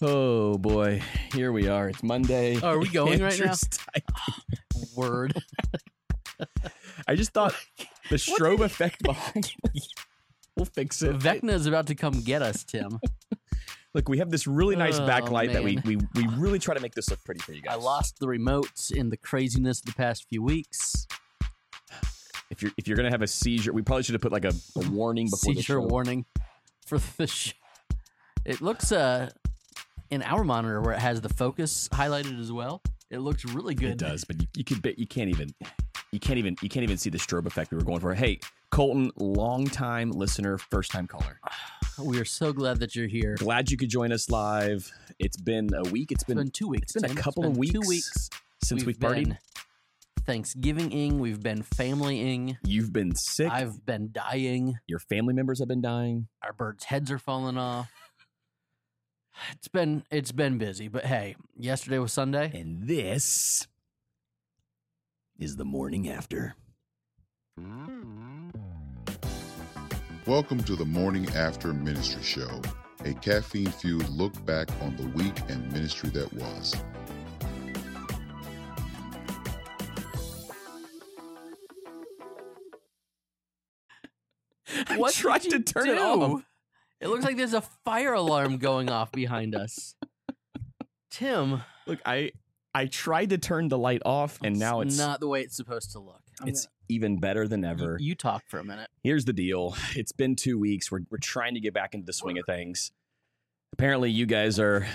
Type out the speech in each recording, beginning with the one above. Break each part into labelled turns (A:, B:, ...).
A: Oh boy, here we are. It's Monday.
B: Oh, Are we going right now?
A: Andrew's
B: Word.
A: typing. I just thought the strobe effect behind. we'll fix it.
B: Vecna is about to come get us, Tim.
A: Look, we have this really nice
B: Oh,
A: backlight that we,
B: man.
A: we we really try to make this look pretty for you guys.
B: I lost the remotes in the craziness of the past few weeks.
A: If you're if you're gonna have a seizure, we probably should have put like a, a warning before the
B: Seizure
A: show.
B: warning for the sh- It looks uh in our monitor where it has the focus highlighted as well. It looks really good.
A: It does, but you, you could bet you can't even you can't even you can't even see the strobe effect we were going for. Hey, Colton, long time listener, first time caller.
B: We are so glad that you're here. It's
A: Glad you could join us live. It's been a week. It's been
B: been two weeks.
A: it's been a
B: Tim.
A: couple
B: been
A: of weeks,
B: Two weeks
A: since we've, partied.
B: been Thanksgiving-ing. We've been family-ing.
A: You've been sick.
B: I've been dying.
A: Your family members have been dying.
B: our birds' heads are falling off. It's been it's been busy, but hey, yesterday was Sunday.
A: And this is the morning after.
C: Welcome to the Morning After Ministry Show, a caffeine fueled look back on the week and ministry that was.
B: What
A: I tried
B: did
A: to
B: you
A: turn it
B: do?
A: off.
B: It looks like there's a fire alarm going off behind us. Tim,
A: Look, I I tried to turn the light off, and now it's
B: not the way it's supposed to look. I'm
A: it's even better than
B: gonna-
A: ever.
B: You, you talk for a minute.
A: Here's the deal: it's been two weeks. We're we're trying to get back into the swing of things. Apparently, you guys are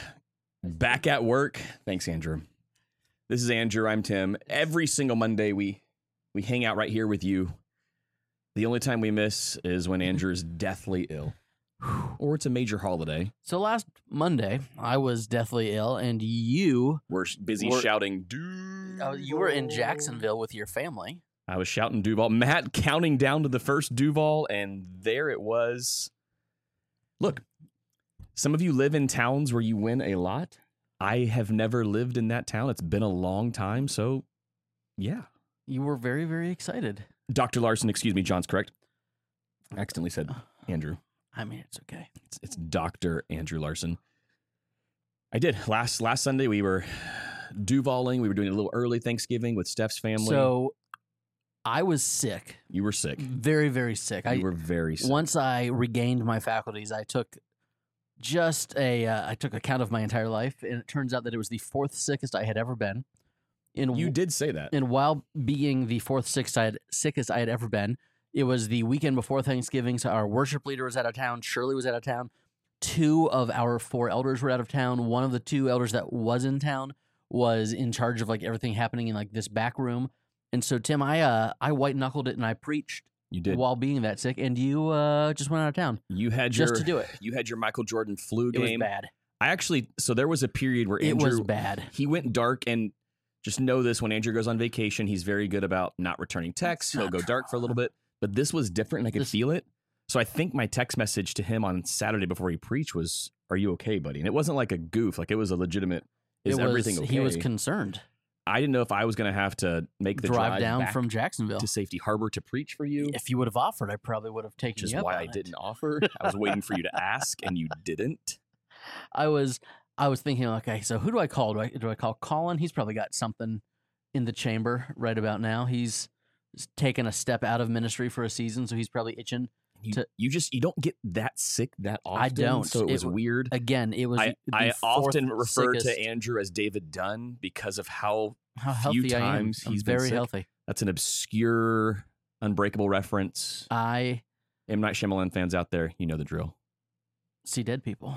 A: back at work. Thanks, Andrew. This is Andrew. I'm Tim. Every single Monday, we we hang out right here with you. The only time we miss is when Andrew is deathly ill, or it's a major holiday.
B: So last Monday, I was deathly ill, and you
A: We're busy
B: We're-
A: shouting, dude.
B: uh, you were in Jacksonville with your family.
A: I was shouting Duval. Matt counting down to the first Duval, and there it was. Look, some of you live in towns where you win a lot. I have never lived in that town. It's been a long time. So, yeah.
B: You were very very excited.
A: Dr. Larson, excuse me, John's correct. I accidentally said Andrew.
B: I mean, it's okay.
A: It's, it's Dr. Andrew Larson. I did. Last last Sunday, we were Duvaling. We were doing a little early Thanksgiving with Steph's family.
B: So I was sick,
A: you were sick.
B: very very sick. I
A: you were very sick.
B: once I regained my faculties, I took just a uh, I took a count of my entire life, and it turns out that it was the fourth sickest I had ever been. In
A: you did say that.
B: and while being the fourth sickest I had, sickest I had ever been, it was the weekend before Thanksgiving. So our worship leader was out of town. Shirley was out of town. Two of our four elders were out of town. One of the two elders that was in town was in charge of like everything happening in like this back room. And so Tim, I uh, I white knuckled it and I preached
A: You did.
B: while being that sick, and you uh, just went out of town
A: You had
B: just
A: your
B: to do it.
A: you had your Michael Jordan flu
B: It was
A: game.
B: bad.
A: I actually so there was a period where
B: It
A: Andrew
B: was bad.
A: he went dark and just know this when Andrew goes on vacation, he's very good about not returning texts. He'll
B: not
A: go dark for a little bit, but this was different and I could
B: This-
A: feel it. So I think my text message to him on Saturday before he preached was, "Are you okay, buddy?" And it wasn't like a goof, like it was a legitimate is
B: it was,
A: everything okay?
B: He was concerned.
A: I didn't know if I was going to have to make the
B: drive down
A: back
B: from Jacksonville.
A: to Safety Harbor to preach for you.
B: If you would have offered, I probably would have taken
A: Which is
B: you up
A: why
B: on
A: I
B: it.
A: didn't offer. I was waiting for you to ask, and you didn't.
B: I was I was thinking, okay, so who do I call? Do I do I call Colin? He's probably got something in the chamber right about now. He's taken a step out of ministry for a season, so he's probably itching.
A: You,
B: to-
A: you just you don't get that sick that often.
B: I don't.
A: So it,
B: It
A: was
B: w-
A: weird.
B: Again, it was.
A: I,
B: the
A: I
B: fourth
A: often refer
B: sickest-
A: to Andrew as David Dunn because of how
B: how
A: few
B: healthy I am.
A: times
B: I'm
A: he's been
B: very
A: sick.
B: healthy.
A: that's an obscure Unbreakable reference.
B: I
A: M Night Shyamalan fans out there, you know the drill.
B: see dead people.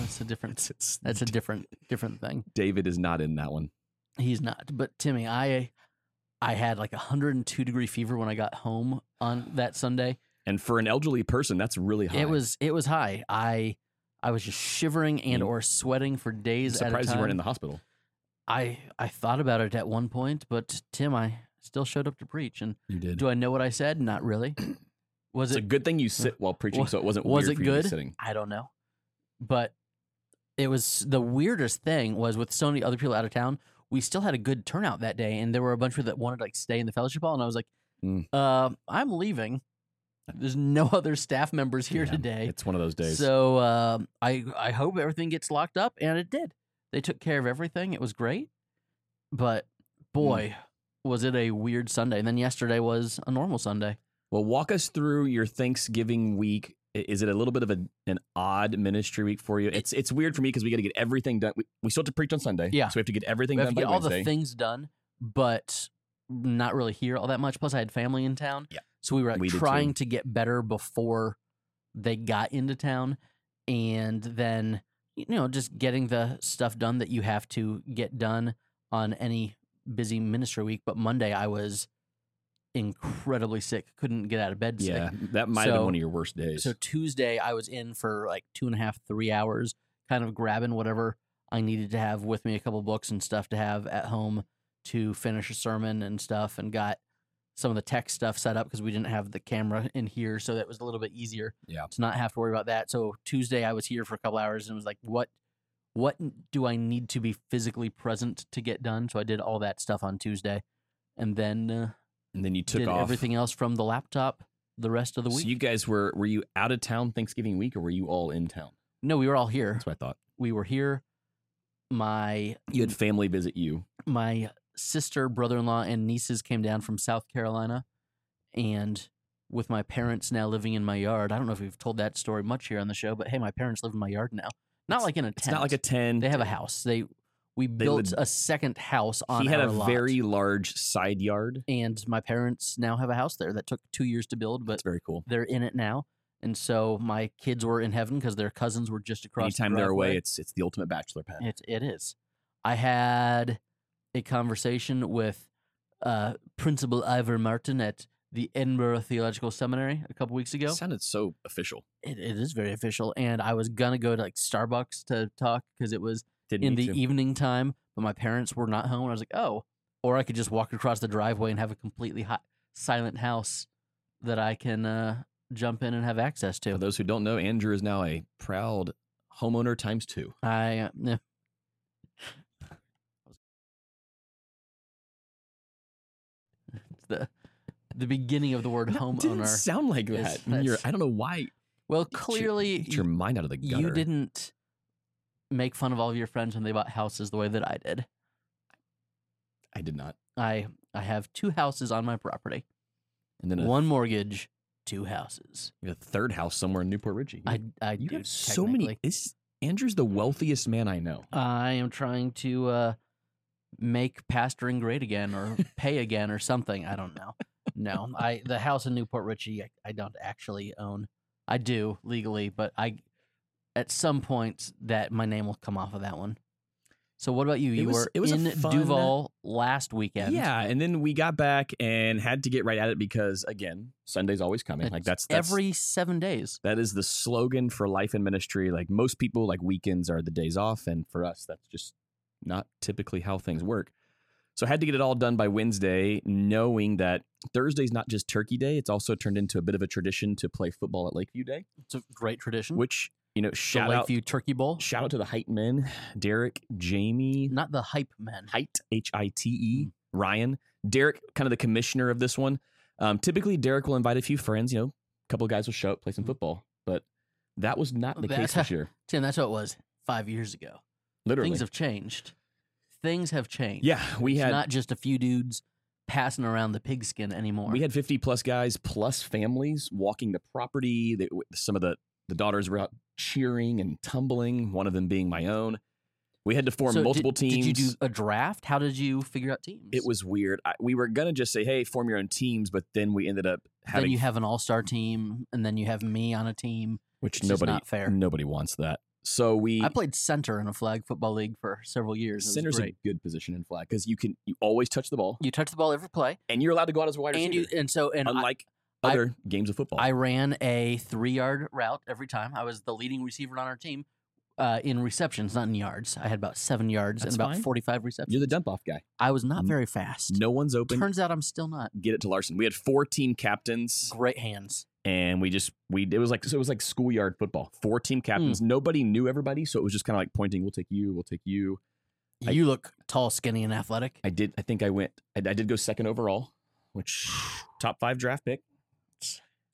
B: That's a different.
A: it's,
B: That's a different different thing.
A: David is not in that one.
B: He's not. But Timmy, I I had like a 102 degree fever when I got home on that Sunday.
A: And for an elderly person, that's really high.
B: It was it was high. I I was just shivering and
A: You-
B: or sweating for
A: I'm
B: days at a
A: surprised
B: time.
A: you weren't in the hospital.
B: I I thought about it at one point, but Tim, I still showed up to preach. And
A: You did.
B: do I know what I said? Not really. Was
A: it's a
B: it?
A: good thing you sit while preaching,
B: Wa-
A: so it wasn't
B: was
A: weird for
B: it
A: you to be
B: good?
A: sitting.
B: I don't know. But it was the weirdest thing was with so many other people out of town. We still had a good turnout that day, and there were a bunch of people that wanted to like stay in the fellowship hall, and I was like,
A: Mm.
B: uh, "I'm "Um, leaving." There's no other staff members here
A: Yeah,
B: today.
A: It's one of those days.
B: So um, I I hope everything gets locked up, and it did. They took care of everything. It was great, but
A: Hmm.
B: boy, was it a weird Sunday. And then yesterday was a normal Sunday.
A: well, walk us through your Thanksgiving week. I- Is it a little bit of a, an odd ministry week for you? It's it's weird for me because we got to get everything done. We, we still have to preach on Sunday.
B: Yeah.
A: So we have to get everything
B: We have
A: done
B: to get
A: by
B: all
A: Wednesday.
B: the things done, but not really here all that much. Plus, I had family in town,
A: Yeah.
B: so we were like,
A: We did too.
B: trying to get better before they got into town, and then you know just getting the stuff done that you have to get done on any busy ministry week. But Monday, I was incredibly sick, couldn't get out of bed. Sick.
A: yeah. That might have
B: So-
A: been one of your worst days.
B: So Tuesday, I was in for like two and a half, three hours, kind of grabbing whatever I needed to have with me, a couple books and stuff to have at home to finish a sermon and stuff, and got some of the tech stuff set up because we didn't have the camera in here, so that was a little bit easier.
A: Yeah.
B: to not have to worry about that. So Tuesday, I was here for a couple hours and was like, what. What do I need to be physically present to get done? So I did all that stuff on Tuesday, and then uh,
A: and then you took
B: did
A: off.
B: everything else from the laptop the rest of the
A: So
B: week.
A: you guys were were you out of town Thanksgiving week or were you all in town?
B: no, we were all here.
A: That's what I thought.
B: we were here. My
A: You had family visit you.
B: my sister, brother in law, and nieces came down from South Carolina, and with my parents now living in my yard. I don't know if we've told that story much here on the show, but hey, my parents live in my yard now. Not like in a tent.
A: It's not like a ten.
B: They have a house. They we built
A: lived-
B: a second house on.
A: he had
B: our
A: a
B: lot,
A: very large side yard.
B: and my parents now have a house there that took two years to build, but
A: That's very cool.
B: they're in it now. And so my kids were in heaven because their cousins were just across. the
A: Anytime they're away,
B: driveway.
A: it's it's the ultimate bachelor pad.
B: It it is. I had a conversation with uh, Principal Ivor Martin at the Edinburgh Theological Seminary a couple weeks ago.
A: sounded so official.
B: It, it is very official, and I was gonna go to like Starbucks to talk because it was
A: Didn't
B: in
A: need
B: the
A: to.
B: evening time, but my parents were not home, and I was like, oh, or I could just walk across the driveway and have a completely hot, silent house that I can uh, jump in and have access
A: For
B: to.
A: those who don't know, Andrew is now a proud homeowner times two.
B: I uh, yeah. It's the the beginning of the word
A: didn't
B: homeowner.
A: sound like
B: is-
A: that. when you're-
B: that's-
A: I don't know why.
B: Well,
A: Get your-
B: clearly
A: get your
B: y-
A: mind out of the gutter.
B: you didn't make fun of all of your friends when they bought houses the way that I did.
A: I did not.
B: I I have two houses on my property.
A: And then a,
B: One mortgage, two houses.
A: a third house somewhere in Newport Richie.
B: I I
A: you
B: do
A: have so many.
B: technically.
A: This Andrew's the wealthiest man I know.
B: I am trying to uh, make pastoring great again or pay again or something. I don't know. No, I the house in Newport Richie I, I don't actually own. I do legally, but I at some point that my name will come off of that one. So what about you?
A: It
B: You
A: was-
B: were
A: it was a
B: in
A: fun-
B: Duval last weekend.
A: Yeah, and then we got back and had to get right at it because again, Sunday's always coming. like
B: It's
A: that's, that's
B: every seven days.
A: that is the slogan for life and ministry. Like most people, like weekends are the days off, and for us, that's just not typically how things work. So I had to get it all done by Wednesday, knowing that Thursday's not just Turkey Day; it's also turned into a bit of a tradition to play football at Lakeview Day,
B: It's a great tradition.
A: which you know,
B: Hmm. the
A: shout out,
B: Lakeview Turkey Bowl,
A: shout out to the Height men, Derek, Jamie,
B: not the hype men.
A: Height, H I T
B: Mm.
A: E, Ryan. Derek, kind of the commissioner of this one. Um, typically, Derek will invite a few friends, you know, a couple of guys will show up, play some
B: Mhm.
A: football. But that was not the
B: That's-
A: case this year,
B: Tim, that's what it was five years ago.
A: literally.
B: Things have changed. Things have changed.
A: yeah, we
B: it's
A: had
B: not just a few dudes passing around the pigskin anymore.
A: we had 50 plus guys plus families walking the property. They, some of the, the daughters were out cheering and tumbling, one of them being my own. We had to form
B: So did-
A: multiple teams.
B: Did you do a draft? How did you figure out teams?
A: it was weird. I, we were going to just say, hey, form your own teams, but then we ended up
B: then
A: having
B: you have an all star team, and then you have me on a team.
A: which
B: It's just
A: nobody
B: not fair.
A: nobody wants that. So we
B: I played center in a flag football league for several years. It was
A: center's
B: great.
A: a good position in flag because you can you always touch the ball
B: you touch the ball every play,
A: and you're allowed to go out as a wide
B: and you
A: receiver.
B: and so and I,
A: unlike
B: I-
A: other games of football.
B: I ran a three yard route every time. I was the leading receiver on our team uh, in receptions, not in yards. I had about seven yards
A: That's
B: and about
A: fine.
B: forty five receptions.
A: you're the dump off guy.
B: I was not
A: N-
B: very fast.
A: No one's open.
B: Turns out I'm still not.
A: Get it to Larson. We had four team captains
B: Great hands.
A: and we just we it was like so it was like schoolyard football. Four
B: Hmm.
A: team captains. Nobody knew everybody, so it was just kind of like pointing, we'll take you, we'll take you. I-
B: you look tall, skinny, and athletic.
A: I did I think I went I, I did go second overall, which top 5 draft pick.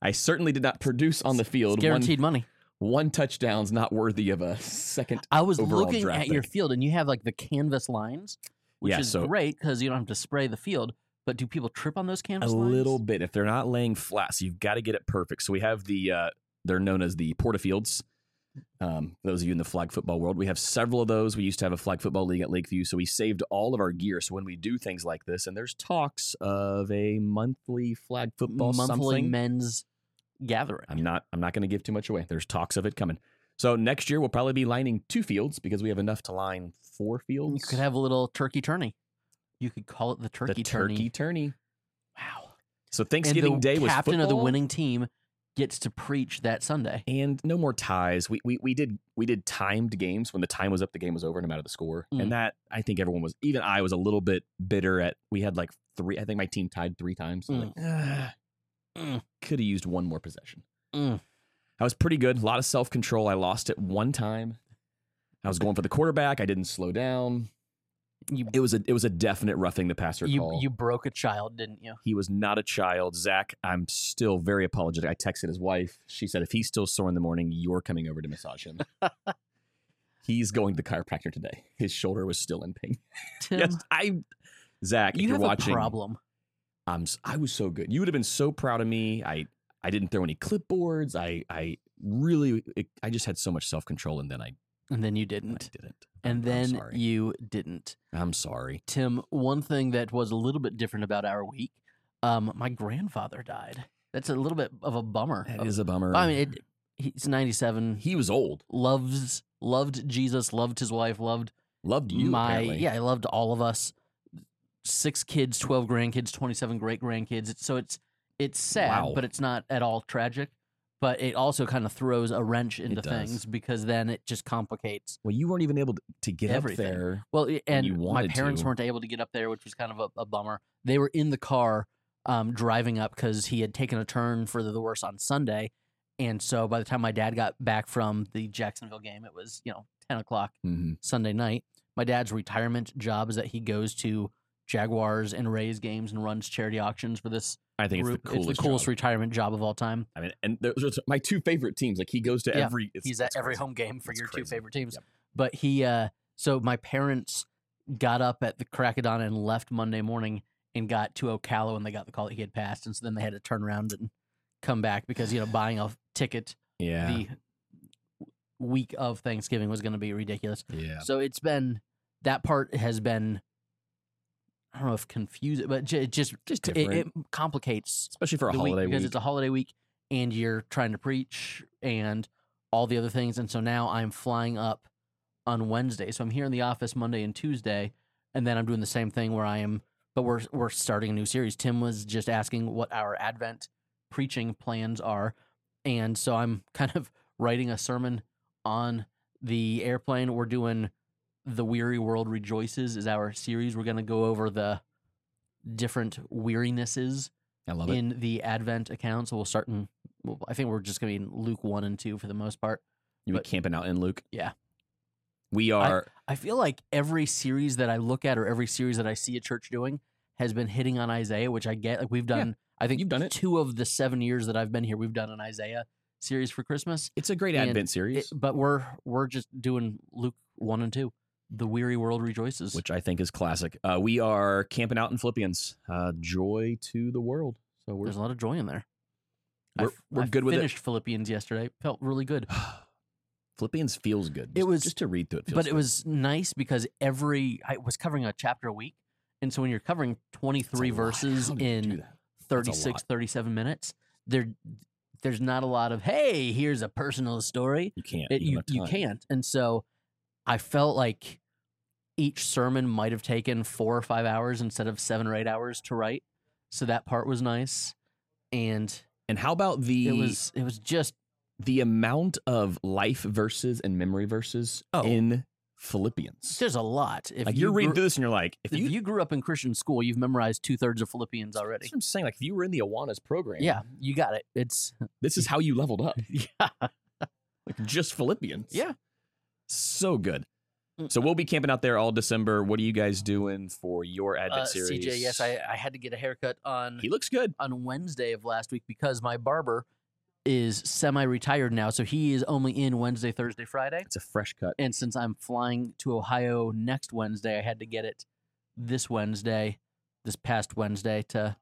A: I certainly did not produce on the
B: It's
A: field. One,
B: guaranteed money.
A: one touchdown's not worthy of a second.
B: I was
A: overall
B: looking
A: draft
B: at your
A: pick.
B: field, and you have like the canvas lines, which
A: Yeah,
B: is
A: so-
B: great because you don't have to spray the field. But do people trip on those
A: A
B: canvas lines?
A: little bit if they're not laying flat. So you've got to get it perfect. So we have the uh, they're known as the portafields. Um, for those of you in the flag football world, we have several of those. We used to have a flag football league at Lakeview, so we saved all of our gear. So when we do things like this, and there's talks of a monthly flag football
B: monthly
A: something.
B: men's gathering.
A: I'm not I'm not going to give too much away. There's talks of it coming. So next year we'll probably be lining two fields because we have enough to line four fields.
B: You could have a little turkey tourney. You could call it the
A: the
B: turkey
A: turkey
B: tourney.
A: tourney.
B: Wow.
A: So
B: And
A: Thanksgiving
B: the
A: Day was
B: captain of the
A: football,
B: winning team gets to preach that Sunday.
A: and no more ties. We, we we did we did timed games. When the time was up, the game was over, no matter the score.
B: Mm.
A: And that I think everyone was even I was a little bit bitter at. We had like three. I think my team tied three times.
B: Mm. Mm.
A: could have used one more possession.
B: Mm.
A: I was pretty good. A lot of self control. I lost it one time. I was going for the quarterback. I didn't slow down.
B: You
A: It was a it was a definite roughing the passer
B: you,
A: call.
B: you broke a child, didn't you?
A: he was not a child. Zach, I'm still very apologetic. I texted his wife. She said, if he's still sore in the morning, you're coming over to massage him. he's going to the chiropractor today. His shoulder was still in pain.
B: Tim,
A: yes, I. Zach, if
B: you
A: you're
B: have
A: watching,
B: a problem.
A: I'm s- I was so good. You would have been so proud of me. I I didn't throw any clipboards. I I really I just had so much self control, and then I,
B: And then you
A: I
B: didn't.
A: didn't.
B: And
A: I'm- I'm
B: then
A: sorry.
B: you didn't.
A: I'm sorry.
B: Tim, one thing that was a little bit different about our week, um, my grandfather died. That's a little bit of a bummer.
A: That
B: Of-
A: is a bummer.
B: I mean, it, he's 97. He
A: he was old.
B: loves loved Jesus, loved his wife, loved
A: Loved you.
B: my
A: apparently.
B: yeah, I loved all of us. Six kids, twelve grandkids, twenty-seven great grandkids. So it's it's sad,
A: Wow.
B: but it's not at all tragic. But it also kind of throws a wrench into
A: does.
B: things because then it just complicates.
A: Well, you weren't even able to, to get
B: Everything.
A: up there.
B: Well, i-
A: And you
B: and my
A: wanted
B: parents
A: to.
B: weren't able to get up there, which was kind of a, a bummer. They were in the car um, driving up because he had taken a turn for the worse on Sunday, and so by the time my dad got back from the Jacksonville game, it was you know ten o'clock
A: Mhm.
B: Sunday night. My dad's retirement job is that he goes to Jaguars and Rays games and runs charity auctions for this
A: I think
B: group.
A: it's the coolest. job.
B: retirement job of all time.
A: I mean, and those are my two favorite teams. Like he goes to
B: Yeah,
A: every. It's,
B: He's at
A: it's
B: every
A: crazy.
B: home game for
A: It's
B: your two
A: crazy.
B: favorite teams.
A: Yep.
B: But he, uh, so my parents got up at the crack of dawn and left Monday morning and got to Ocala and they got the call that he had passed. And so then they had to turn around and come back because, you know, buying a ticket
A: Yeah.
B: the week of Thanksgiving was going to be ridiculous.
A: yeah.
B: So it's been that part has been I don't know if confusing, but j- it just
A: Just
B: it,
A: different,
B: it complicates
A: especially for a
B: the week
A: holiday
B: because
A: week.
B: it's a holiday week and you're trying to preach and all the other things. And so now I'm flying up on Wednesday, so I'm here in the office Monday and Tuesday, and then I'm doing the same thing where I am. But we're we're starting a new series. Tim was just asking what our Advent preaching plans are, and so I'm kind of writing a sermon on the airplane. We're doing The Weary World Rejoices is our series. We're going to go over the different wearinesses
A: I love it.
B: in the Advent account. So we'll start in, well, I think we're just going to be in Luke 1 and 2 for the most part.
A: You be
B: but-
A: camping out in Luke.
B: Yeah.
A: We are.
B: I feel like every series that I look at or every series that I see a church doing has been hitting on Isaiah, which I get. Like we've
A: Yeah,
B: done, I think
A: you've done it.
B: two of the seven years that I've been here, we've done an Isaiah series for Christmas.
A: it's a great
B: and
A: Advent
B: It-
A: series,
B: but we're we're just doing Luke 1 and 2. The weary world rejoices.
A: which I think is classic. Uh, we are camping out in Philippians. Uh, joy to the world. So we're
B: There's a lot of joy in there. I
A: We're-
B: f-
A: we're
B: I
A: good with it.
B: finished Philippians yesterday. Felt really good.
A: Philippians feels good.
B: It
A: Just-
B: was-
A: just to read through it. Feels
B: but it
A: good.
B: was nice because every I was covering a chapter a week, and so when you're covering 23
A: It's a lot.
B: verses
A: How do you do
B: in
A: that? a
B: 36
A: lot.
B: 37 minutes, there there's not a lot of hey, here's a personal story.
A: you can't.
B: It,
A: don't
B: you
A: have
B: you
A: time.
B: can't. And so I felt like each sermon might have taken 4 or 5 hours instead of 7 or 8 hours to write. So that part was nice. And
A: And how about the
B: it was it was just
A: the amount of life verses and memory verses
B: Oh.
A: in Philippians.
B: there's a lot. If
A: like
B: you
A: you're reading
B: grew-
A: through this and you're like, if,
B: if
A: you,
B: you grew up in Christian school, you've memorized two thirds of Philippians
A: that's
B: already.
A: what I'm saying, like if you were in the Awanas program,
B: Yeah, you got it. It's
A: this is how you leveled up.
B: yeah,
A: Like just Philippians.
B: Yeah.
A: So good.
B: mm,
A: So we'll be camping out there all December. What are you guys doing for your Advent
B: Uh,
A: series?
B: CJ, yes, I, I had to get a haircut on
A: He looks good.
B: on Wednesday of last week because my barber is semi-retired now, so he is only in Wednesday, Thursday, Friday.
A: It's a fresh cut.
B: And since I'm flying to Ohio next Wednesday, I had to get it this Wednesday, this past Wednesday to,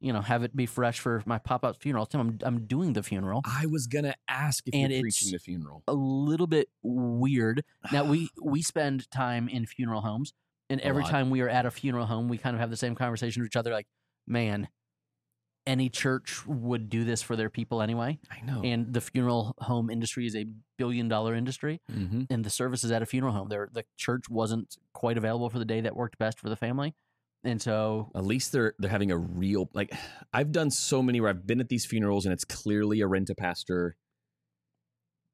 B: you know, have it be fresh for my pop-up funeral. Tim, I'm I'm doing the funeral.
A: I was gonna ask if
B: And
A: you're
B: it's-
A: preaching the funeral.
B: A little bit weird. Now we we spend time in funeral homes, and
A: A
B: every
A: lot.
B: time we are at a funeral home, we kind of have the same conversation with each other. Like, man, any church would do this for their people anyway.
A: I know.
B: And the funeral home industry is a billion dollar industry,
A: mm-hmm.
B: and the services at a funeral home, there the church wasn't quite available for the day that worked best for the family, and so
A: At least they're they're having a real like. I've done so many where I've been at these funerals and it's clearly a rent a pastor.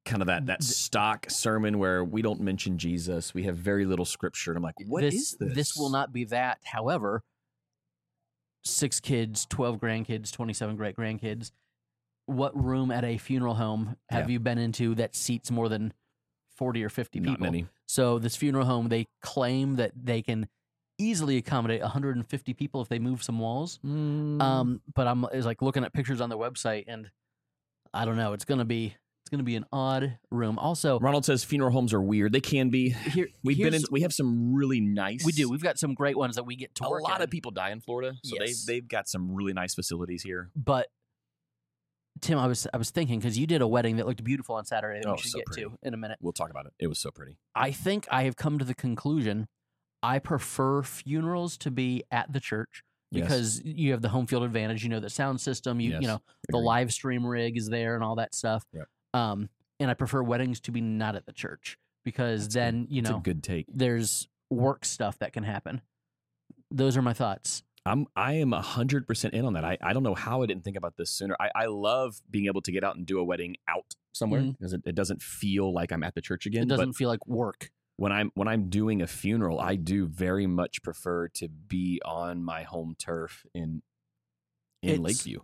A: Kind of that that
B: Th-
A: stock sermon where we don't mention Jesus. We have very little scripture. And I'm like, what
B: this
A: is this?
B: will not be that. However, six kids, twelve grandkids, twenty-seven great grandkids. What room at a funeral home have
A: Yeah.
B: you been into that seats more than forty or fifty
A: not
B: people?
A: many.
B: So this funeral home, they claim that they can easily accommodate 150 people if they move some walls.
A: Mm.
B: Um, but I'm is like looking at pictures on their website, and I don't know. It's gonna be it's gonna be an odd room. Also,
A: Ronald says funeral homes are weird. They can be.
B: here
A: We've been in.
B: here's-
A: We have some really nice.
B: we do. We've got some great ones that we get to
A: a
B: work
A: lot
B: in.
A: of people die in Florida, so
B: Yes.
A: they they've got some really nice facilities here.
B: but Tim, I was I was thinking because you did a wedding that looked beautiful on Saturday that
A: Oh,
B: we should
A: so
B: get
A: pretty.
B: to in a minute.
A: We'll talk about it. It was so pretty.
B: I think I have come to the conclusion I prefer funerals to be at the church
A: Yes.
B: because you have the home field advantage. You know the sound system. You
A: Yes.
B: you know the
A: Agreed.
B: live stream rig is there and all that stuff.
A: Yep.
B: Um, and I prefer weddings to be not at the church because
A: That's good.
B: then you
A: It's a
B: know
A: good take.
B: there's work stuff that can happen. Those are my thoughts.
A: I'm I am hundred percent in on that. I, I don't know how I didn't think about this sooner. I, I love being able to get out and do a wedding out somewhere
B: Mhm.
A: because it, it doesn't feel like I'm at the church again.
B: It doesn't
A: But
B: feel like work.
A: when I'm when I'm doing a funeral, I do very much prefer to be on my home turf in in
B: It's-
A: Lakeview.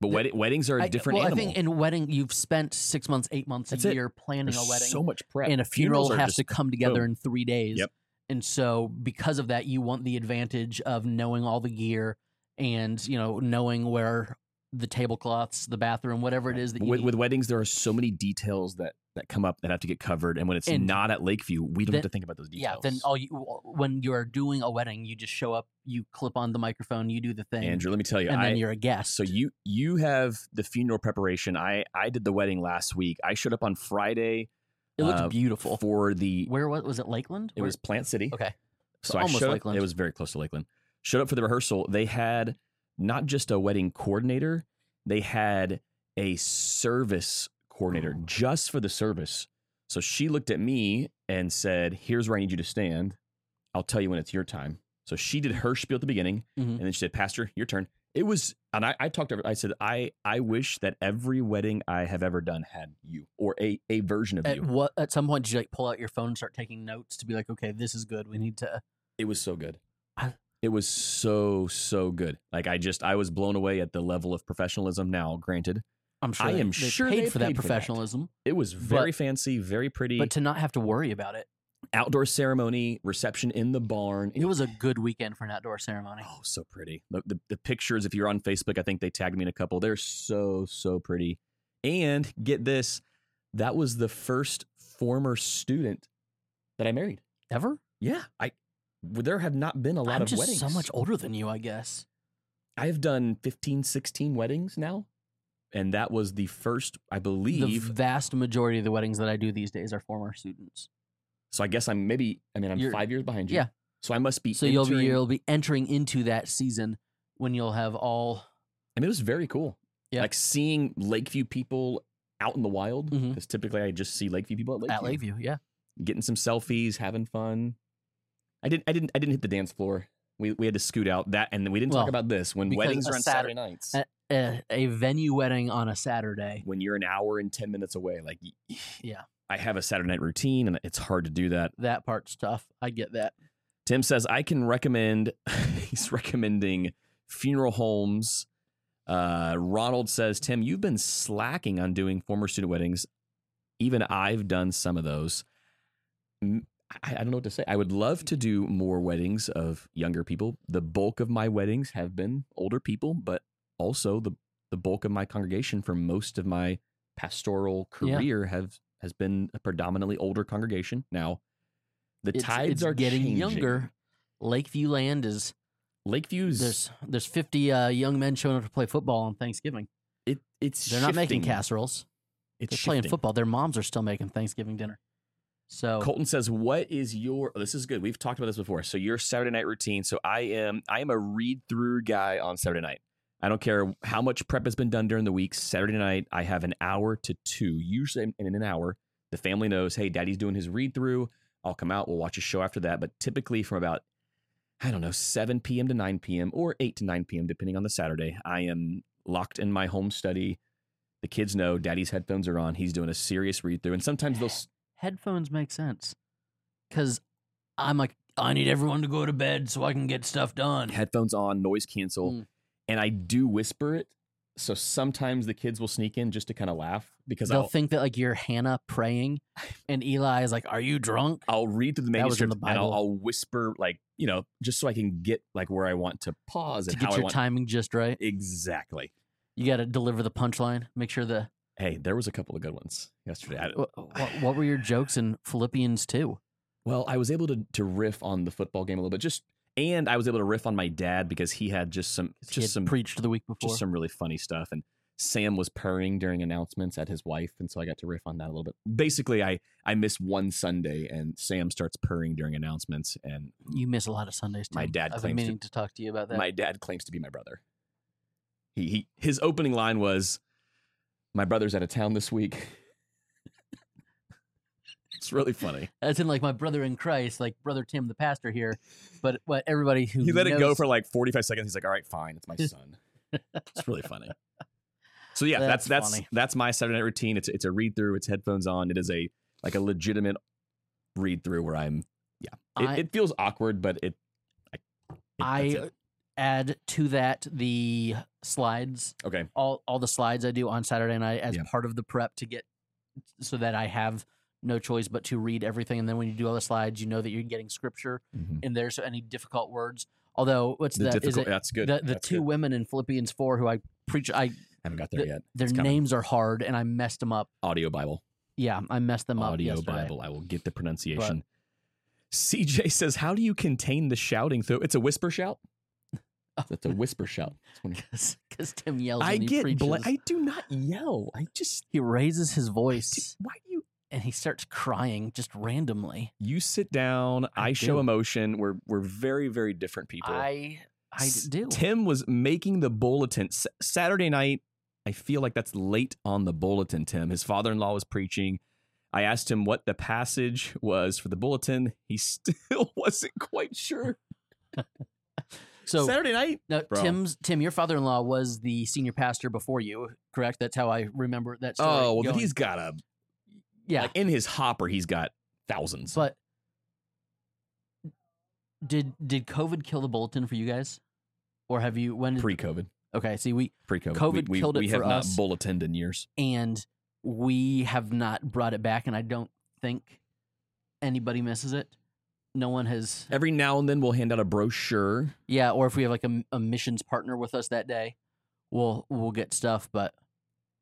A: But
B: The-
A: wed- weddings are a
B: I-
A: different
B: well,
A: animal.
B: I think in wedding, you've spent six months, eight months,
A: That's
B: a
A: it.
B: year planning
A: There's
B: a wedding,
A: so much prep,
B: and a funeral
A: Funerals are
B: has
A: just-
B: to come together
A: boom.
B: in three days.
A: Yep.
B: And so, because of that, you want the advantage of knowing all the gear and you know knowing where the tablecloths, the bathroom, whatever it is that you
A: with,
B: need.
A: with weddings, there are so many details that that come up that have to get covered. And when it's
B: And
A: not at Lakeview, we don't
B: then-
A: have to think about those
B: yeah.
A: details.
B: Then all you when you are doing a wedding, you just show up, you clip on the microphone, you do the thing,
A: Andrew, let me tell you,
B: and
A: I,
B: then you're a guest.
A: So you you have the funeral preparation. I I did the wedding last week. I showed up on Friday
B: it looked
A: uh,
B: beautiful.
A: for the
B: Where was was it? Lakeland.
A: it
B: Where-
A: was Plant City.
B: okay.
A: So I
B: almost
A: showed up,
B: Lakeland.
A: it was very close to Lakeland. Showed up for the rehearsal. They had not just a wedding coordinator, they had a service coordinator
B: Oh.
A: just for the service. So she looked at me and said, "Here's where I need you to stand. I'll tell you when it's your time." So she did her spiel at the beginning,
B: Mhm.
A: and then she said, "Pastor, your turn." It was, and I, I talked. To her, I said, "I I wish that every wedding I have ever done had you or a a version of
B: At
A: you."
B: what at some point did you like pull out your phone and start taking notes to be like, okay, this is good. We need to.
A: It was so good.
B: I-
A: It was so so good. Like I just I was blown away at the level of professionalism. Now, granted,
B: I'm sure.
A: I
B: they-
A: am
B: they
A: sure
B: paid
A: they
B: for
A: paid
B: that
A: for that.
B: professionalism,
A: it was very fancy, very pretty.
B: but to not have to worry about it,
A: outdoor ceremony, reception in the barn.
B: it was a good weekend for an outdoor ceremony.
A: oh so pretty. The, the the pictures. If you're on Facebook, I think they tagged me in a couple. They're so so pretty. And get this, that was the first former student that I married.
B: Ever?
A: Yeah, I. There have not been a lot
B: I'm
A: of
B: just
A: weddings.
B: so much older than you, I guess.
A: I've done 15, 16 weddings now. And that was the first, I
B: The
A: believe.
B: vast majority of the weddings that I do these days are former students.
A: so I guess I'm maybe, I mean, I'm
B: You're-
A: five years behind you.
B: yeah.
A: So I must be.
B: So you'll be
A: entering-
B: you'll be entering into that season when you'll have all.
A: I mean, it was very cool.
B: Yeah.
A: Like seeing Lakeview people out in the wild, because
B: Mhm.
A: typically I just see Lakeview people at Lakeview,
B: At Lakeview, yeah.
A: getting some selfies, having fun. I didn't, I didn't, I didn't hit the dance floor. We, we had to scoot out that, and then we didn't
B: Well,
A: talk about this when
B: because
A: weddings
B: a uh,
A: are on
B: Satur-
A: Saturday nights.
B: a- A, a venue wedding on a Saturday.
A: when you're an hour and ten minutes away, like y-
B: Yeah.
A: I have a Saturday night routine, and it's hard to do that.
B: That part's tough. I get that.
A: Tim says I can recommend. he's recommending funeral homes. Uh, Ronald says, Tim, you've been slacking on doing former student weddings. Even I've done some of those. M- I, I don't know what to say. I would love to do more weddings of younger people. The bulk of my weddings have been older people, but also the the bulk of my congregation for most of my pastoral
B: Yeah.
A: career have has been a predominantly older congregation. Now, the
B: It's-
A: tides
B: it's
A: are
B: getting
A: changing.
B: younger. Lakeview Land is
A: Lakeview's
B: there's there's 50 uh, young men showing up to play football on Thanksgiving.
A: it it's
B: They're not making
A: shifting.
B: casseroles.
A: It's
B: They're playing
A: shifting.
B: football. Their moms are still making Thanksgiving dinner. So
A: Colton says, "What is your? oh, this is good. We've talked about this before. So your Saturday night routine. So I am I am a read through guy on Saturday night. I don't care how much prep has been done during the week. Saturday night, I have an hour to two. Usually, in an hour, the family knows. Hey, Daddy's doing his read through. I'll come out. We'll watch a show after that. But typically, from about I don't know 7 p.m. to 9 p.m. or 8 to 9 p.m. depending on the Saturday, I am locked in my home study. The kids know. Daddy's headphones are on. He's doing a serious read through, and sometimes they'll." s-
B: headphones make sense because I'm like I need everyone to go to bed so I can get stuff done.
A: headphones on, noise cancel,
B: Mm.
A: and I do whisper it. So sometimes the kids will sneak in just to kind of laugh because
B: They'll
A: I'll,
B: think that like you're Hannah praying, and Eli is like, "Are you drunk?"
A: I'll read through the
B: That was in
A: manuscript
B: the
A: and I'll,
B: Bible.
A: I'll whisper like you know just so I can get like where I want to pause
B: To
A: and
B: get
A: how I
B: your
A: want
B: timing just right,
A: exactly.
B: you got to deliver the punchline. Make sure the
A: Hey, there was a couple of good ones yesterday. I,
B: what, what were your jokes in Philippians two?
A: Well, I was able to to riff on the football game a little bit, just and I was able to riff on my dad because he had just some
B: He had
A: just some
B: preached the week before.
A: just some really funny stuff. And Sam was purring during announcements at his wife, and so I got to riff on that a little bit. Basically, I I miss one Sunday, and Sam starts purring during announcements, and
B: you miss a lot of Sundays. Too.
A: My dad claims
B: I've been
A: to-
B: meaning to, talk to you about that.
A: my dad claims to be my brother. He he his opening line was, "My brother's out of town this week." it's really funny.
B: As in, like my brother in Christ, like brother Tim, the pastor here, but what everybody who
A: He let it go
B: knows-
A: for like forty five seconds. He's like, "All right, fine, it's my son." it's really funny. So yeah, that's
B: That's
A: that's that's,
B: funny.
A: my Saturday night routine. It's it's a read through. It's headphones on. It is a like a legitimate read through where I'm. It,
B: I-
A: it feels awkward, but it. I. it-
B: I
A: that's it.
B: add to that the slides,
A: okay.
B: all all the slides I do on Saturday night as
A: Yeah.
B: part of the prep to get so that I have no choice but to read everything. And then when you do all the slides, you know that you're getting scripture
A: Mhm.
B: in there. So any difficult words, although what's
A: The
B: Mm-hmm. that? Is
A: difficult.
B: it
A: that's good.
B: the the
A: That's
B: two
A: good.
B: women in Philippians four who I preach? I
A: I haven't got there
B: the-
A: yet.
B: their
A: It's coming.
B: names are hard and I messed them up.
A: Audio Bible.
B: Yeah, I messed them up.
A: Audio
B: yesterday.
A: Bible. I will get the pronunciation. CJ says, "How do you contain the shouting? Though it's a whisper shout. That's a whisper shout. It's when-
B: because Tim yells.
A: I
B: when he
A: get.
B: preaches.
A: Bla- I do not yell. I just.
B: he raises his voice
A: Why do you
B: and he starts crying just randomly.
A: you sit down i,
B: I
A: show
B: do.
A: emotion we're we're very very different people
B: I I
A: S-
B: do.
A: tim was making the bulletin S- saturday night i feel like that's late on the bulletin tim his father-in-law was preaching i asked him what the passage was for the bulletin he still wasn't quite sure
B: so
A: saturday night
B: now,
A: Bro.
B: Tim's Tim, your father-in-law was the senior pastor before you, correct? That's how I remember that story.
A: oh well then
B: going.
A: he's got a
B: yeah,
A: like in his hopper he's got thousands
B: but did did COVID kill the bulletin for you guys, or have you when? Did,
A: pre-covid
B: okay, see we
A: pre-covid
B: COVID
A: we, we,
B: killed it
A: we
B: for
A: have not
B: us.
A: bulletined in years
B: and we have not brought it back, and I don't think anybody misses it. No one has
A: every now and then we'll hand out a brochure
B: Yeah, or if we have like a, a missions partner with us that day, we'll we'll get stuff. But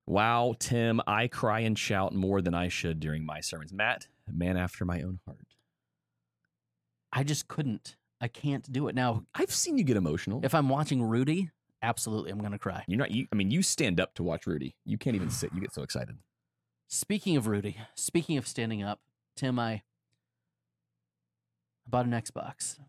A: Wow, Tim, I cry and shout more than I should during my sermons. Matt, a man after my own heart.
B: I just couldn't. I can't do it now.
A: I've seen you get emotional.
B: If I'm watching Rudy, absolutely, I'm gonna cry.
A: you're not, you, I mean, you stand up to watch Rudy. You can't even sit. You get so excited.
B: Speaking of Rudy, speaking of standing up, Tim, I bought an Xbox.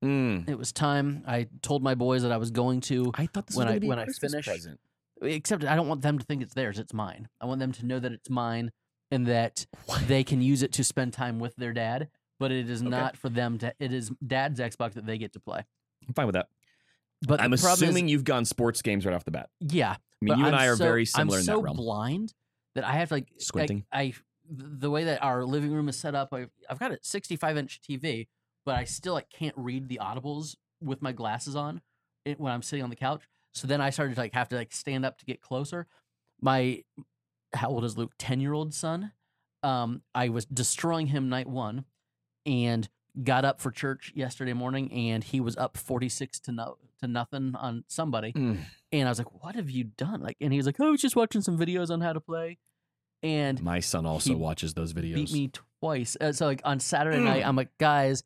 B: It was time. I told my boys that I was going to,
A: I thought this
B: When
A: was
B: I-
A: gonna be a
B: when I
A: Christmas
B: finish-
A: present.
B: except I don't want them to think it's theirs. It's mine. I want them to know that it's mine and that
A: What?
B: they can use it to spend time with their dad. But it is
A: Okay.
B: not for them to. It is dad's Xbox that they get to play.
A: I'm fine with that.
B: But
A: I'm
B: the problem is-
A: assuming you've gone sports games right off the bat.
B: yeah,
A: I mean,
B: But
A: you and
B: I'm
A: I are
B: so-
A: very similar
B: I'm
A: in
B: so
A: that realm.
B: blind that I have to, like I-
A: Squinting.
B: I, th- the way that our living room is set up, I've, I've got a 65 inch TV, but I still like can't read the audibles with my glasses on it, when I'm sitting on the couch. So then I started to like have to like stand up to get closer. My how old is Luke? Ten year old son. Um, I was destroying him night one, and got up for church yesterday morning, and he was up forty six to no to nothing on somebody.
A: Mm.
B: And I was like, "What have you done?" Like, and he was like, "I was just watching some videos on how to play," and
A: My son also
B: He
A: watches those videos.
B: beat me twice. Uh, so like on Saturday night, I'm like, guys,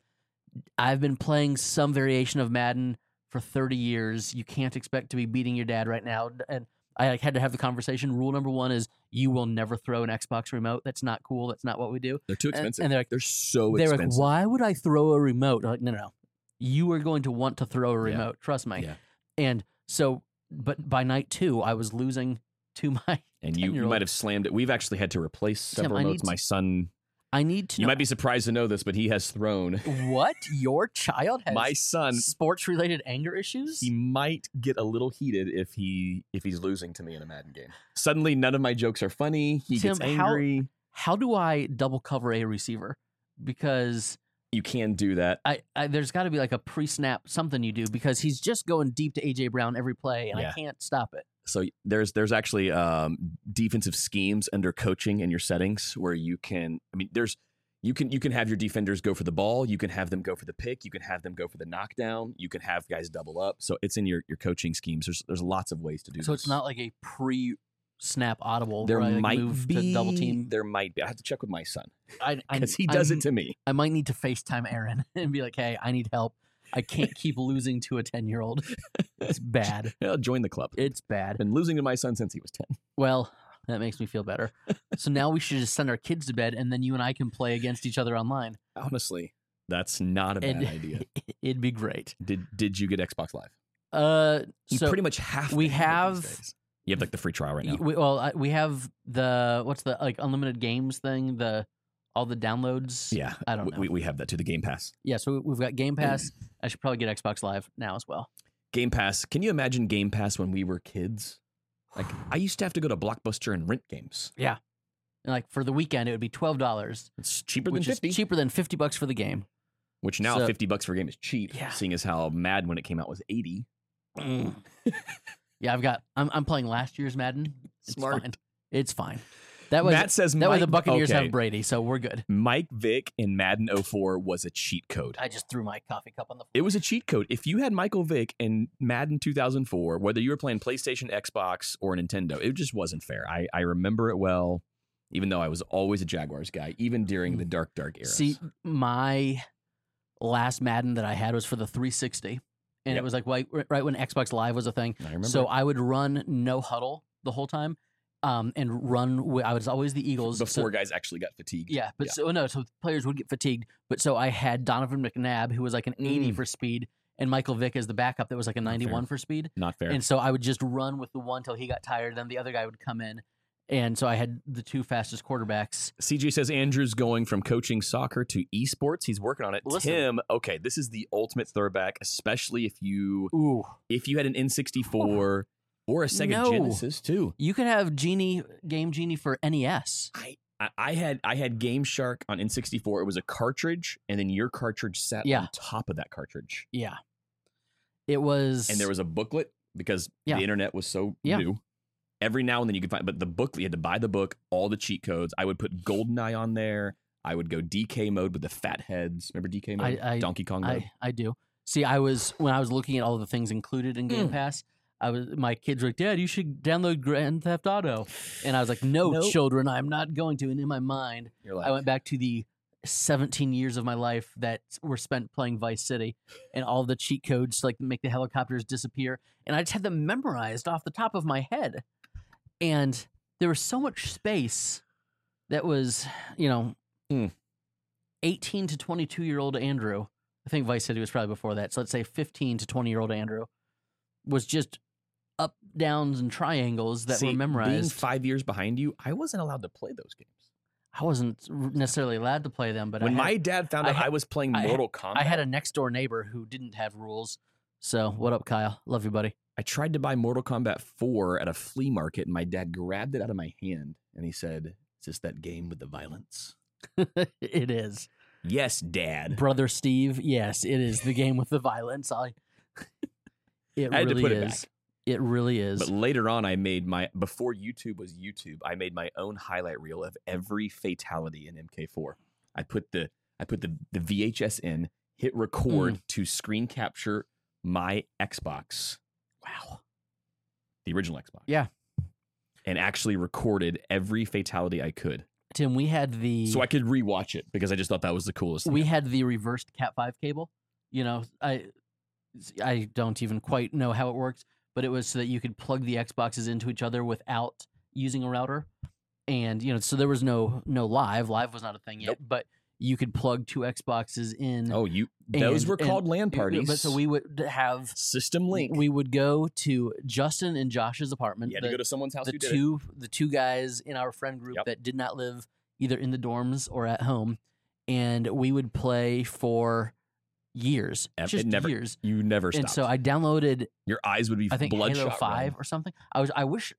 B: I've been playing some variation of Madden for 30 years. You can't expect to be beating your dad right now. And I like had to have the conversation. Rule number one is you will never throw an Xbox remote. That's not cool. That's not what we do.
A: They're too
B: And-
A: expensive.
B: and they're like-
A: they're so
B: They're like,
A: expensive.
B: why would I throw a remote? I'm like, no, no, no. You are going to want to throw a
A: Yeah.
B: remote. Trust me.
A: Yeah.
B: And so, but by night two, I was losing to my.
A: and you, you
B: 10-year-old.
A: might have slammed it. We've actually had to replace
B: Tim,
A: several
B: I need
A: modes.
B: to-
A: My son,
B: I need to
A: you
B: know
A: might be surprised to know this, but he has thrown.
B: what your child has.
A: My son,
B: sports related anger issues?
A: he might get a little heated if he if he's losing to me in a Madden game. Suddenly, none of my jokes are funny. He
B: Tim,
A: gets
B: how-
A: angry.
B: How do I double cover a receiver? Because
A: you can do that.
B: I, I there's got to be like a pre snap something you do because he's just going deep to AJ Brown every play and I
A: Yeah.
B: can't stop it.
A: so there's there's actually um, defensive schemes under coaching in your settings where you can i mean there's you can you can have your defenders go for the ball you can have them go for the pick you can have them go for the knockdown you can have guys double up so it's in your your coaching schemes there's there's lots of ways to do
B: So
A: this.
B: it's not like a pre snap audible.
A: there
B: where I, like,
A: might
B: move
A: be
B: to double team.
A: there might be i have to check with my son
B: I, I,
A: because he does
B: I'm-
A: it to me
B: I might need to FaceTime Aaron and be like, "Hey, I need help. I can't keep losing to a ten year old. It's bad.
A: I'll join the club
B: It's bad."
A: been losing to my son since he was 10
B: Well, that makes me feel better. so now we should just send our kids to bed, and then you and I can play against each other online.
A: honestly that's not a bad
B: And-
A: idea
B: It'd be great.
A: did did you get xbox live
B: Uh,
A: you
B: so
A: pretty much have to
B: we
A: have, it these
B: have-
A: days. you have like the free trial right now
B: y- we, well, I, we have the what's the like unlimited games thing, the all the downloads.
A: Yeah, Mm.
B: I don't
A: we-
B: know.
A: We, we have that too. The Game Pass.
B: yeah. So we've got Game Pass. I should probably get Xbox Live now as well.
A: Game Pass. Can you imagine Game Pass when we were kids? Like I used to have to go to Blockbuster and rent games.
B: And like for the weekend, it would be twelve dollars,
A: It's cheaper
B: which
A: than
B: is
A: fifty.
B: cheaper than fifty bucks for the game.
A: Which now
B: So-
A: fifty bucks for a game is cheap,
B: Yeah.
A: seeing as how Mad when it came out was eighty. Mm.
B: yeah, I've got. I'm, I'm playing last year's Madden. It's
A: Smart.
B: fine. It's fine. That was
A: Matt says
B: that way.
A: Mike,
B: The Buccaneers
A: okay.
B: have Brady, so we're good.
A: Mike Vick in Madden 04 was a cheat code.
B: I just threw my coffee cup on the floor.
A: It was a cheat code. If you had Michael Vick in Madden 2004, whether you were playing PlayStation, Xbox, or Nintendo, it just wasn't fair. I, I remember it well, even though I was always a Jaguars guy, even during the dark, dark era.
B: Mm. See, my last Madden that I had was for the 360, and
A: Yep.
B: it was like right, right when Xbox Live was a thing.
A: I remember.
B: So I would run no huddle the whole time, um, and run. With, I was always the Eagles. so-
A: before guys actually got fatigued.
B: yeah, but so no, so players would get fatigued. But so I had Donovan McNabb, who was like an 80
A: Mm.
B: for speed, and Michael Vick as the backup that was like a
A: Not fair.
B: 91 for speed.
A: not fair.
B: And so I would just run with the one till he got tired. Then the other guy would come in, and so I had the two fastest quarterbacks.
A: CJ says Andrew's going from coaching soccer to esports. He's working on it.
B: Listen.
A: Tim, okay, this is the ultimate throwback, especially if you
B: Ooh.
A: if you had an N64 or a Sega
B: No.
A: Genesis too.
B: You could have Genie Game Genie for E NES.
A: I, I had I had Game Shark on N64. It was a cartridge, and then your cartridge sat
B: Yeah.
A: on top of that cartridge,
B: Yeah. It was
A: and there was a booklet because
B: Yeah.
A: the internet was so
B: Yeah.
A: new. Every now and then you could find, but the booklet you had to buy the book, all the cheat codes. I would put Goldeneye on there. I would go DK mode with the fat heads. Remember DK mode?
B: I- I-
A: Donkey Kong mode.
B: I, I do. See, I was when I was looking at all the things included in Game
A: Mm.
B: Pass, I was my kids were like, Dad, you should download Grand Theft Auto. And I was like, No,
A: Nope.
B: children, I'm not going to. And in my mind,
A: You're like,
B: I went back to the 17 years of my life that were spent playing Vice City and all the cheat codes to, like make the helicopters disappear. And I just had them memorized off the top of my head. And there was so much space that was, you know,
A: Hmm.
B: 18 to 22 year old Andrew. I think Vice City was probably before that. So let's say 15 to 20 year old Andrew was just up, downs, and triangles that
A: See,
B: were
A: Being
B: memorized.
A: five years behind you, I wasn't allowed to play those games.
B: I wasn't necessarily allowed to play them, but
A: when
B: I had-
A: my dad found
B: I
A: out
B: had-
A: I was playing
B: I had-
A: Mortal Kombat,
B: I had a next door neighbor who didn't have rules. So what up, Kyle? Love you, buddy.
A: I tried to buy Mortal Kombat 4 at a flea market, and my dad grabbed it out of my hand and he said, Is this that game with the violence?
B: it is
A: Yes, dad.
B: brother Steve. Yes, it is the game with the violence. I. It
A: I had to
B: really
A: put it
B: is. It really is.
A: But later on, I made my, before YouTube was YouTube, I made my own highlight reel of every fatality in MK4. I put the, I put the, the VHS in, hit record to screen capture my Xbox,
B: Wow.
A: the original Xbox.
B: Yeah.
A: And actually recorded every fatality I could.
B: Tim, we had the
A: So I could rewatch it because I just thought that was the coolest thing.
B: we had the reversed Cat five cable. You know, I I don't even quite know how it works, but it was so that you could plug the Xboxes into each other without using a router. And you know, so there was no no live. Live was not a thing yet,
A: Nope.
B: but you could plug two Xboxes in.
A: oh, you those
B: and-
A: were
B: and-
A: called land parties.
B: But so we would have
A: system link.
B: we would go to Justin and Josh's apartment.
A: you had
B: the-
A: to go to someone's house
B: the
A: who did it.
B: two the two guys in our friend group
A: Yep.
B: that did not live either in the dorms or at home, and we would play for years,
A: Ev-
B: just
A: it never
B: years.
A: You never stopped.
B: And so I downloaded,
A: Your eyes would be
B: I think
A: bloodshot.
B: Halo
A: red.
B: Five or something. I was I wish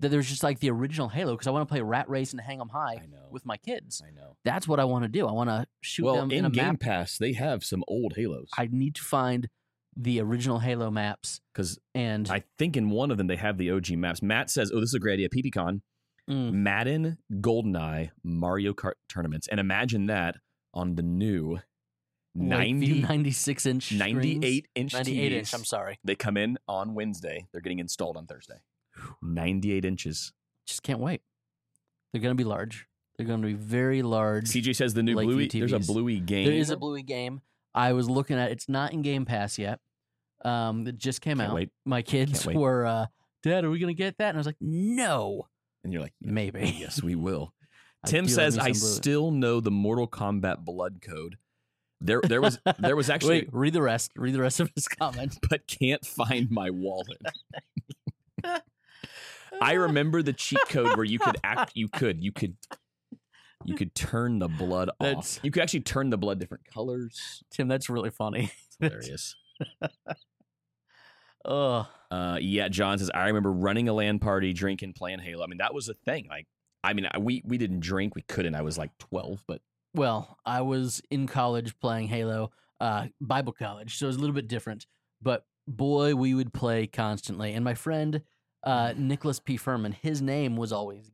B: that there was just like the original Halo because I want to play Rat Race and Hang 'Em High
A: I know.
B: with my kids.
A: I know.
B: That's what I want to do. I want to shoot
A: well,
B: them
A: in,
B: in a
A: Game
B: map.
A: Pass, they have some old Halos
B: I need to find the original Halo maps
A: because
B: and
A: I think in one of them they have the OG maps. Matt says, "Oh, this is a great idea." PPCon,
B: Mm,
A: Madden, GoldenEye, Mario Kart tournaments, and imagine that on the new
B: Lakeview
A: 90,
B: 96 inch screens.
A: 98 inch
B: 98
A: TVs.
B: inch. I'm sorry,
A: They come in on Wednesday. They're getting installed on Thursday. 98 inches.
B: just can't wait. They're gonna be large. They're gonna be very large.
A: CJ says the new
B: Lakeview
A: Bluey. There's a
B: TVs.
A: Bluey game.
B: There is a Bluey game. I was looking at. It's not in Game Pass yet. Um, it just came
A: Can't
B: out.
A: wait.
B: My kids
A: wait.
B: were, uh, Dad, are we gonna get that? And I was like, No,
A: And you're like,
B: maybe.
A: yes, we will.
B: I
A: Tim
B: do love
A: says
B: me
A: I
B: some Bluey."
A: still know the Mortal Kombat blood code. There, there was, there was actually,
B: Wait, read the rest. Read the rest of his comment.
A: but can't find my wallet. I remember the cheat code where you could act, you could, you could, you could turn the blood
B: That's-
A: off. You could actually turn the blood different colors.
B: Tim, that's really funny.
A: It's hilarious.
B: Ugh.
A: Uh, yeah, John says I remember running a land party, drinking, playing Halo. I mean, that was a thing. Like, I mean, I- we we didn't drink, we couldn't. I was like twelve, but
B: Well, I was in college playing Halo, uh, Bible college, so it was a little bit different. But boy, we would play constantly. And my friend uh, Nicholas P. Furman, his name was always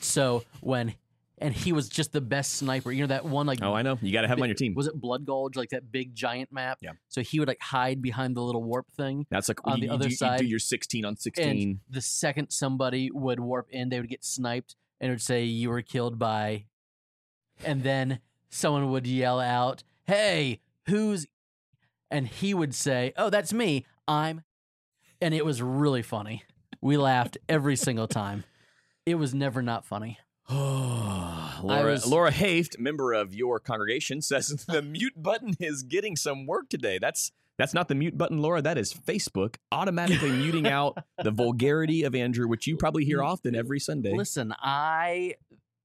B: so when, and he was just the best sniper. You know that one like
A: oh, I know you got to have them on your team.
B: was it Blood Gulge, like that big giant map.
A: Yeah.
B: So he would like hide behind the little warp thing.
A: That's like
B: on
A: you,
B: the
A: you
B: other
A: do, you
B: side.
A: do your sixteen on sixteen.
B: The second somebody would warp in, they would get sniped and it would say, You were killed by. And then someone would yell out, Hey, who's. And he would say, Oh, that's me. I'm. And it was really funny. We laughed every single time. It was never not funny.
A: Laura,
B: was-
A: Laura Haft, member of your congregation, says the mute button is getting some work today. That's that's not the mute button, Laura. That is Facebook automatically muting out the vulgarity of Andrew, which you probably hear often every Sunday.
B: Mm, Listen, I.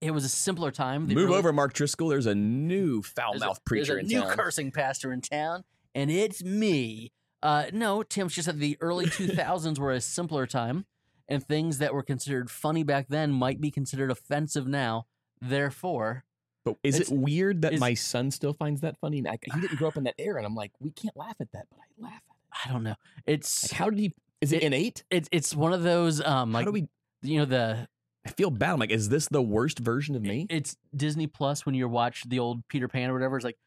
B: It was a simpler time. The
A: Move
B: early-
A: over, Mark Driscoll. There's a new foul
B: There's a-
A: mouth preacher
B: there's a
A: in
B: new
A: town.
B: cursing pastor in town, and it's me. Uh, no, Tim's just that the early 2000s were a simpler time, and things that were considered funny back then might be considered offensive now. Therefore,
A: But is
B: It's-
A: it weird that
B: is-
A: my son still finds that funny? I, he didn't grow up in that era, and I'm like, we can't laugh at that, but I laugh at
B: I don't know.
A: it.
B: It's
A: Like, how did he? Is it,
B: It-
A: innate?
B: it's it's one of those um
A: how
B: like
A: do we?
B: you know the
A: I feel bad. I'm like, is this the worst version of me?
B: it's Disney Plus when you watch the old Peter Pan or whatever. It's like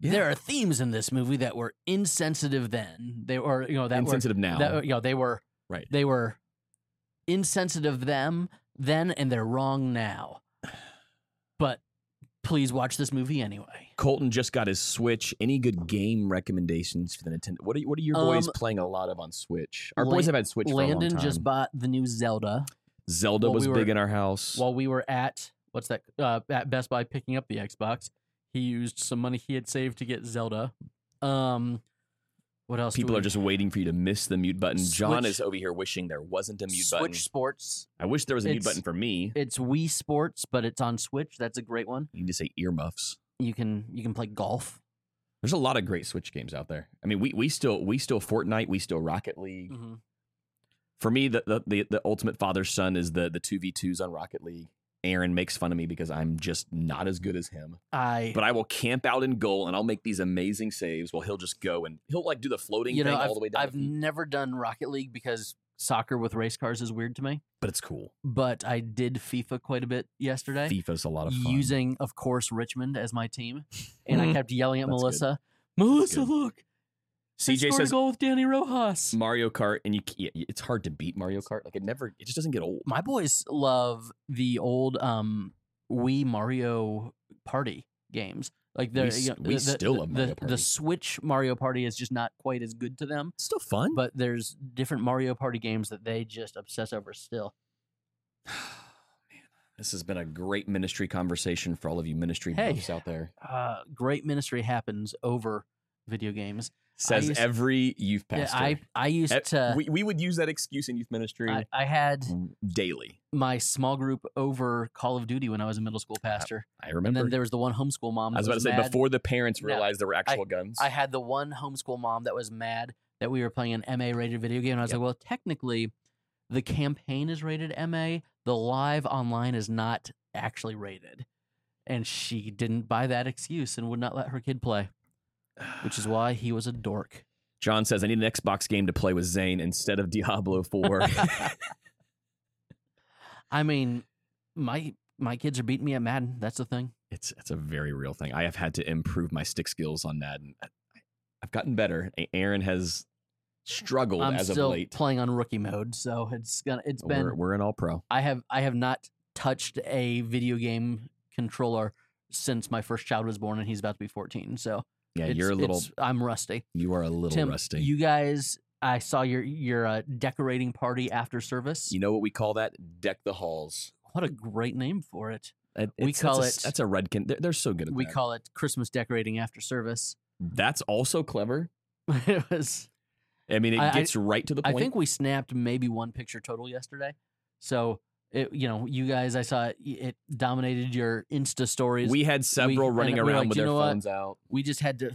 B: there are themes in this movie that were insensitive then. They were you know that were
A: insensitive now.
B: That, you know, they were
A: Right.
B: They were insensitive them then, and they're wrong now. But please watch this movie anyway.
A: Colton just got his Switch. Any good game recommendations for the Nintendo? What are what are your boys
B: Um,
A: playing a lot of on Switch? Our
B: Lan-
A: boys have had Switch for a long
B: Landon
A: time.
B: just bought the new Zelda
A: Zelda
B: Well,
A: was
B: we
A: big
B: were-
A: in our house.
B: while we were at what's that uh, at Best Buy picking up the Xbox. He used some money he had saved to get Zelda. Um, what else? do
A: People
B: we-
A: are just waiting for you to miss the mute button. John
B: Switch-
A: is over here wishing there wasn't a mute
B: Switch
A: button.
B: Sports.
A: I wish there was a mute
B: It's-
A: button for me.
B: It's Wii Sports, but it's on Switch. That's a great one.
A: You need to say earmuffs.
B: You can you can play golf.
A: There's a lot of great Switch games out there. I mean, we we still we still Fortnite, we still Rocket League.
B: Mhm.
A: For me, the the, the the ultimate father son is the the two v twos on Rocket League. Aaron makes fun of me because I'm just not as good as him.
B: I
A: but I will camp out in goal and I'll make these amazing saves. While he'll just go and he'll like do the floating
B: you know,
A: thing
B: I've,
A: all the way down.
B: I've never done Rocket League because soccer with race cars is weird to me,
A: but it's cool.
B: but I did FIFA quite a bit yesterday.
A: FIFA's a lot of fun.
B: using, of course, Richmond as my team, and I
A: Mhm.
B: kept yelling at
A: That's good.
B: Melissa. Melissa,
A: good.
B: look! I
A: CJ
B: scored
A: says
B: a goal with Danny Rojas.
A: Mario Kart, and you c- yeah, it's hard to beat Mario Kart. Like it never, it just doesn't get old.
B: My boys love the old um Wii Mario Party games. Like they're,
A: We s-
B: you know,
A: we
B: the,
A: still
B: the,
A: love Mario
B: the,
A: Party.
B: the Switch Mario Party is just not quite as good to them.
A: It's still fun,
B: But there's different Mario Party games that they just obsess over still.
A: this has been a great ministry conversation for all of you ministry
B: Hey.
A: buffs out there.
B: Uh, great ministry happens over video games.
A: Says
B: used-
A: every youth
B: Yeah,
A: pastor.
B: I I used
A: Eh,
B: to.
A: we, we would use that excuse in youth ministry
B: I, I had
A: daily.
B: my small group over Call of Duty when I was a middle school pastor.
A: I
B: And
A: remember.
B: then there was the one homeschool mom.
A: I was
B: that
A: about to say
B: mad.
A: before the parents
B: No,
A: realized there were actual guns.
B: I had the one homeschool mom that was mad that we were playing an MA rated video game. And I was
A: Yep.
B: like, well, technically, the campaign is rated MA. The live online is not actually rated. And she didn't buy that excuse and would not let her kid play, which is why he was a dork.
A: John says I need an Xbox game to play with Zane instead of Diablo Four.
B: I mean, my my kids are beating me at Madden. That's the thing.
A: it's it's a very real thing. I have had to improve my stick skills on that, and I- I've gotten better. A- Aaron has struggled
B: I'm
A: as
B: still
A: of late.
B: playing on rookie mode, so it's gonna it's been
A: We're, we're an all pro.
B: I have I have not touched a video game controller since my first child was born, and he's about to be fourteen. So
A: Yeah,
B: it's-
A: you're a little.
B: it's- I'm rusty.
A: You are a little
B: Tim,
A: rusty. You,
B: you guys, I saw your your uh, decorating party after service.
A: know what we call that? Deck the halls.
B: What a great name for it.
A: It-
B: We
A: it's-
B: call
A: that's a,
B: it-
A: That's a redkin. They're, they're so good at
B: We
A: that.
B: call it Christmas decorating after service.
A: that's also clever.
B: it was.
A: I mean, it
B: I- I-
A: gets right to the
B: I
A: point.
B: think we snapped maybe one picture total yesterday. So. It, you know, you guys, I saw it, it dominated your Insta stories.
A: we had several
B: and
A: running
B: we were
A: around
B: like,
A: with
B: "You
A: their
B: know what?
A: phones out.
B: we just had to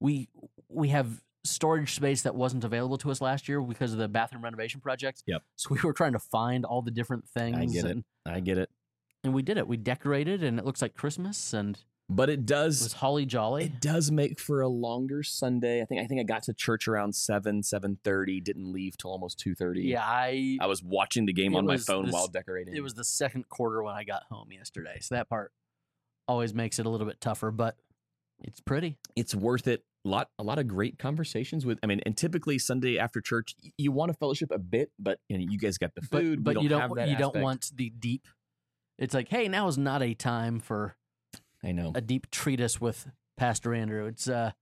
B: we we have storage space that wasn't available to us last year because of the bathroom renovation project.
A: Yep.
B: So we were trying to find all the different things.
A: get it.
B: and,
A: I get it,
B: And we did it. We decorated, and it looks like Christmas, and
A: but it
B: it was
A: does.
B: holly jolly.
A: It does make for a longer Sunday. I think. I think I got to church around seven, seven thirty. Didn't leave till almost two thirty.
B: Yeah, I,
A: I was watching the game
B: It
A: on my
B: was
A: phone
B: this-
A: while decorating.
B: it was the second quarter when I got home yesterday. So that part always makes it a little bit tougher, but it's pretty.
A: it's worth it. A lot, a lot of great conversations with. I mean, and typically Sunday after church, y- you want to fellowship a bit, but you, know, you guys got the
B: But
A: food.
B: but
A: we don't
B: you don't
A: have that
B: you don't
A: aspect.
B: want the deep. It's like, hey, now is not a time for
A: I know.
B: a deep treatise with Pastor Andrew. It's uh,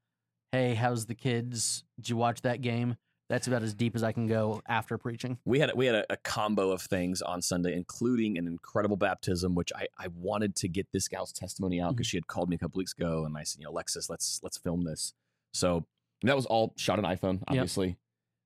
B: hey, how's the kids? Did you watch that game? That's about as deep as I can go after preaching.
A: we had we had a, a combo of things on Sunday, including an incredible baptism, which I, I wanted to get this gal's testimony out because she had called me a couple weeks ago, and I said, you know, Alexis, let's let's film this. So and that was all shot on iPhone, obviously.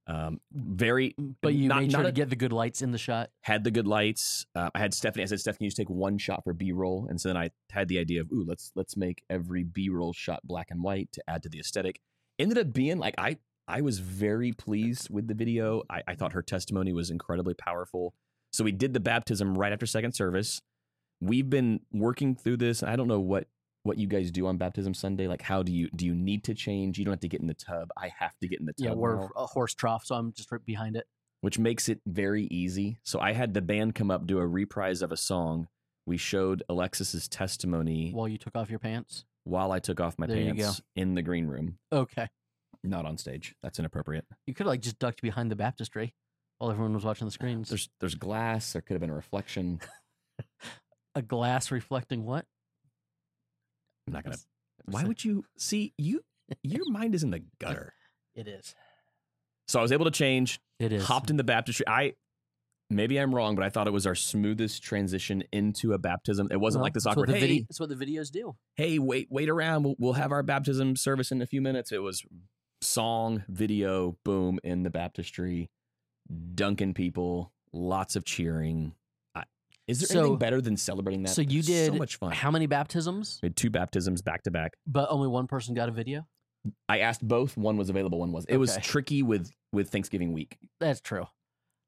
A: Um, very
B: Mm, But you
A: Not-
B: made sure
A: not
B: to
A: a-
B: get the good lights in the shot.
A: had the good lights. Uh, I had Stephanie. I said, Stephanie, you just take one shot for B roll, and so then I had the idea of, ooh, let's let's make every B roll shot black and white to add to the aesthetic. Ended up being like I I was very pleased with the video. I, I thought her testimony was incredibly powerful. So we did the baptism right after second service. We've been working through this. I don't know what what you guys do on baptism Sunday. Like, how do you do you need to change? You don't have to get in the tub. I have to get in the tub.
B: Yeah, we're
A: now
B: a horse trough, so I'm just right behind it.
A: which makes it very easy. So I had the band come up do a reprise of a song. We showed Alexis's testimony
B: While you took off your pants.
A: while I took off my
B: There you go.
A: pants in the green room,
B: Okay,
A: not on stage. That's inappropriate.
B: you could like just ducked behind the baptistry while everyone was watching the screens.
A: There's there's glass. There could have been a reflection.
B: a glass reflecting what?
A: I'm not gonna.
B: It's-
A: Why would you see you? Your mind is in the gutter.
B: It is.
A: So I was able to change.
B: It is.
A: Hopped in the baptistry. I maybe I'm wrong, but I thought it was our smoothest transition into a baptism. It wasn't
B: Well,
A: like this
B: that's what
A: awkward.
B: the
A: hey,
B: vide- that's what the videos do.
A: hey wait wait around we'll, we'll have our baptism service in a few minutes it was song video boom in the baptistry dunking people lots of cheering I, is there
B: So-
A: anything better than celebrating that
B: so you
A: so
B: did
A: much fun
B: How many baptisms?
A: we had two baptisms back to back
B: But only one person got a video.
A: i asked both one was available one was it was
B: Okay.
A: tricky with with thanksgiving week
B: That's true.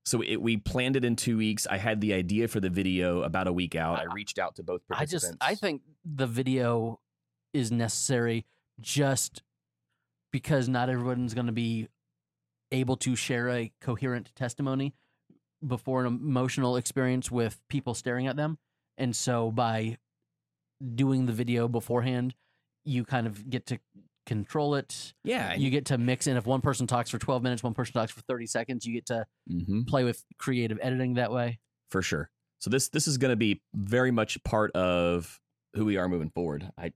A: so it, we planned it in two weeks i had the idea for the video about a week out i
B: I-
A: reached out to both
B: I
A: participants
B: just I think the video is necessary just because not everyone's going to be able to share a coherent testimony before an emotional experience with people staring at them. And so by doing the video beforehand, you kind of get to control it.
A: Yeah.
B: You get to mix in if one person talks for 12 minutes, one person talks for 30 seconds, you get to
A: mm-hmm.
B: play with creative editing that way.
A: for sure. So this this is going to be very much part of who we are moving forward. I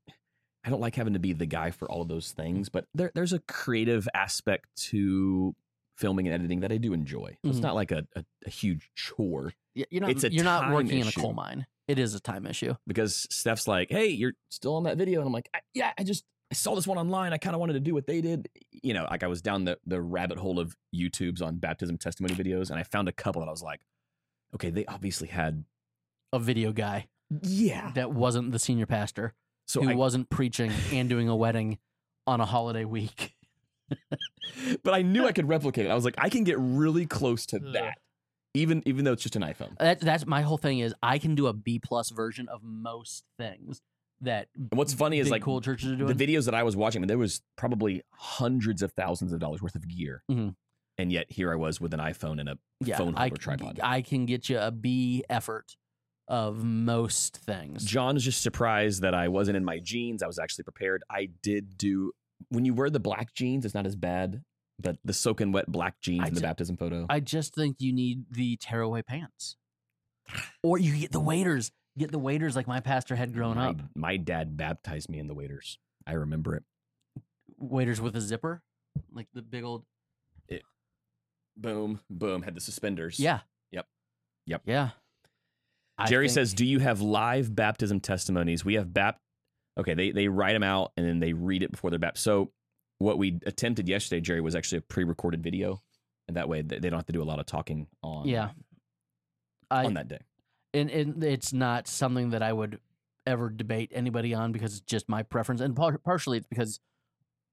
A: I don't like having to be the guy for all of those things, but there, there's a creative aspect to filming and editing that I do enjoy. So It's
B: Mhm.
A: not like a, a, a huge chore
B: Y- You're not
A: It's a
B: you're not
A: time
B: working in a
A: issue.
B: coal mine. It is a time issue.
A: because Steph's like, "Hey, you're still on that video," and I'm like, I, "Yeah, I just I saw this one online. I kind of wanted to do what they did, you know." Like I was down the the rabbit hole of YouTube's on baptism testimony videos, and I found a couple that I was like, "Okay, they obviously had
B: A video guy
A: yeah."
B: that wasn't the senior pastor
A: So
B: who
A: I,
B: wasn't preaching and doing a wedding on a holiday week.
A: but I knew I could replicate it. I was like, I can get really close to that, even even though it's just an iPhone.
B: That, that's my whole thing is I can do a B plus version of most things that
A: And what's funny
B: big
A: is like
B: cool churches are
A: the
B: doing.
A: videos that I was watching. I mean, there was probably hundreds of thousands of dollars worth of gear,
B: Mhm.
A: and yet here I was with an iPhone and a phone holder
B: I,
A: tripod.
B: I can get you a B effort of most things.
A: John is just surprised that I wasn't in my jeans. I was actually prepared. I did do when you wear the black jeans, it's not as bad, but the soaking wet black jeans
B: I
A: in the
B: ju-
A: baptism photo.
B: I just think you need the tearaway pants, or you get the waiters. Get the waiters like my pastor had grown
A: my,
B: up.
A: My dad baptized me in the waiters. I remember it.
B: Waiters with a zipper, like the big old
A: Boom, boom, had the suspenders.
B: yeah.
A: Yep. Yep.
B: Yeah. I
A: Jerry
B: think-
A: says, "Do you have live baptism testimonies? We have bap. Okay, they they write them out and then they read it before they're bap. So what we attempted yesterday, Jerry, was actually a pre-recorded video, and that way they they don't have to do a lot of talking on
B: yeah.
A: on
B: I
A: that day.
B: and, and it's not something that I would ever debate anybody on because it's just my preference, and par- partially it's because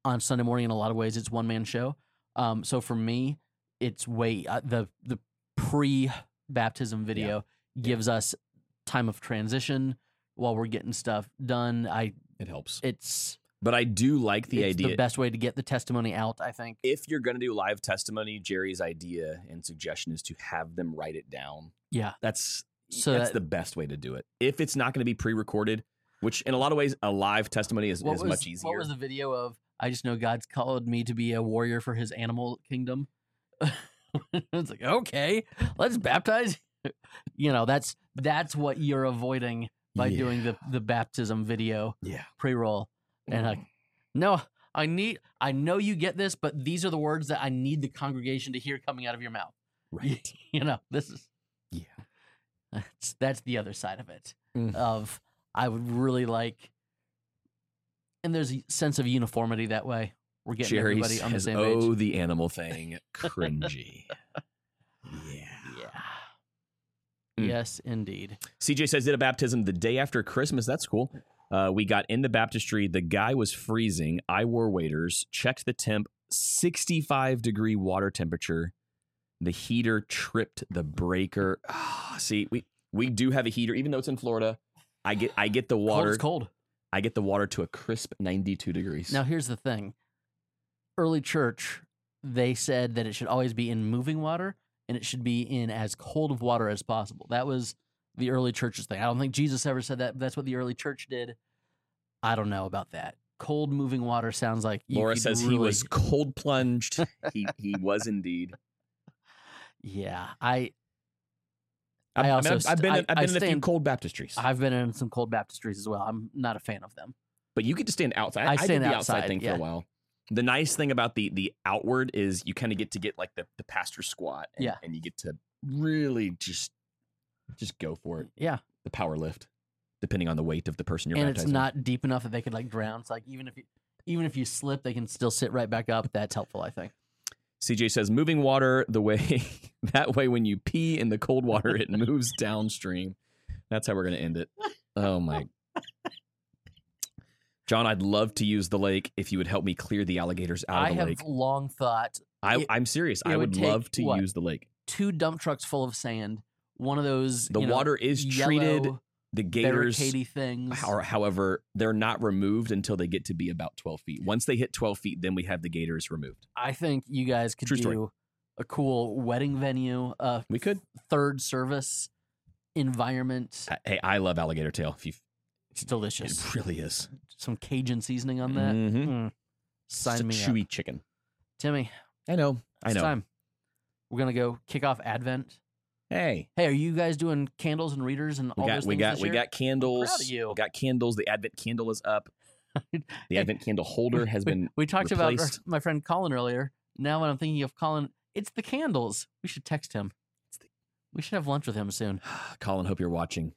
B: on Sunday morning, in a lot of ways, it's one man show. Um, so for me, it's way uh, the the pre baptism video gives us time of transition while we're getting stuff done. I
A: It helps,
B: it's
A: but I do like the
B: it's
A: idea.
B: the best way to get the testimony out. I think
A: if you're going to do live testimony, Jerry's idea and suggestion is to have them write it down.
B: yeah.
A: That's
B: So
A: that's
B: that-
A: the best way to do it. If it's not going to be pre-recorded, which in a lot of ways a live testimony is, is much easier.
B: What was the video of? I just know God's called me to be a warrior for His animal kingdom. it's like okay, let's baptize. you know, that's that's what you're avoiding by
A: Yeah.
B: doing the the baptism video
A: Yeah. Mm-hmm.
B: pre roll. And I, no, I need. I know you get this, but these are the words that I need the congregation to hear coming out of your mouth.
A: right.
B: You know, this is
A: Yeah.
B: that's, that's the other side of it.
A: Mm.
B: Of I would really like, and there's a sense of uniformity that way. We're getting
A: Jerry
B: everybody on the
A: says,
B: same page.
A: "Oh, the animal thing, cringy." yeah.
B: Yeah.
A: Mm.
B: Yes, indeed.
A: CJ says did a baptism the day after Christmas. That's cool. Uh, we got in the baptistry. The guy was freezing. I wore waders. Checked the temp. Sixty-five degree water temperature. The heater tripped the breaker. Ah, see, we we do have a heater, even though it's in Florida. I get I get the
B: Water
A: water.
B: is cold.
A: I get the water to a crisp ninety-two degrees.
B: Now here's the thing. Early church, they said that it should always be in moving water and it should be in as cold of water as possible. That was the early church's thing. I don't think Jesus ever said that, but that's what the early church did. I don't know about that. Cold moving water sounds like you
A: Laura
B: could
A: says
B: really-
A: he was cold plunged. he he was indeed.
B: Yeah, I
A: I,
B: I
A: I
B: also
A: mean, I've, I've
B: st-
A: been
B: I-
A: in, I've
B: I
A: been in a few
B: stand-
A: cold baptistries,
B: I've been in some cold baptistries as well. I'm not a fan of them.
A: but you get to stand outside.
B: I
A: I,
B: stand
A: did the outside,
B: outside,
A: thing for
B: yeah.
A: a while. The nice thing about the the outward is you kind of get to get like the the pastor squat, and,
B: Yeah.
A: and you get to really just just go for it.
B: Yeah,
A: The power lift, depending on the weight of the person you're
B: and
A: baptizing.
B: it's not deep enough that they could like drown. It's like even if you even if you slip, they can still sit right back up. That's helpful, I think.
A: CJ says moving water the way that way when you pee in the cold water it moves downstream. That's how we're going to end it. Oh my. John, I'd love to use the lake if you would help me clear the alligators out
B: I
A: of the
B: have
A: lake.
B: long thought
A: I,
B: it-
A: I'm serious.
B: it
A: I
B: would
A: would
B: take,
A: love to
B: what,
A: use the lake.
B: two dump trucks full of sand. One of those
A: The
B: you know,
A: water is
B: yellow,
A: treated the gators
B: barricadey things.
A: How- however they're not removed until they get to be about 12 feet once they hit 12 feet then we have the gators removed
B: I think you guys could
A: True
B: do
A: story.
B: a cool wedding venue, a
A: we could
B: third service environment.
A: I- hey i love alligator tail if you
B: It's delicious.
A: it really is
B: Some Cajun seasoning on that.
A: Mhm.
B: Mm. Sign
A: It's a
B: me up.
A: chewy chicken
B: Timmy,
A: i know i
B: it's
A: know
B: time. We're gonna go kick off Advent.
A: hey
B: Hey, are you guys doing candles and readers and
A: we
B: all
A: got
B: those
A: we
B: things
A: got
B: this
A: we
B: year?
A: got candles
B: proud of you.
A: we got candles the advent candle is up the
B: Hey.
A: advent candle holder has
B: We-
A: been
B: We talked about our,
A: replaced.
B: my friend Colin earlier. Now, when I'm thinking of Colin, it's the candles. We should text him. We should have lunch with him soon.
A: colin hope you're watching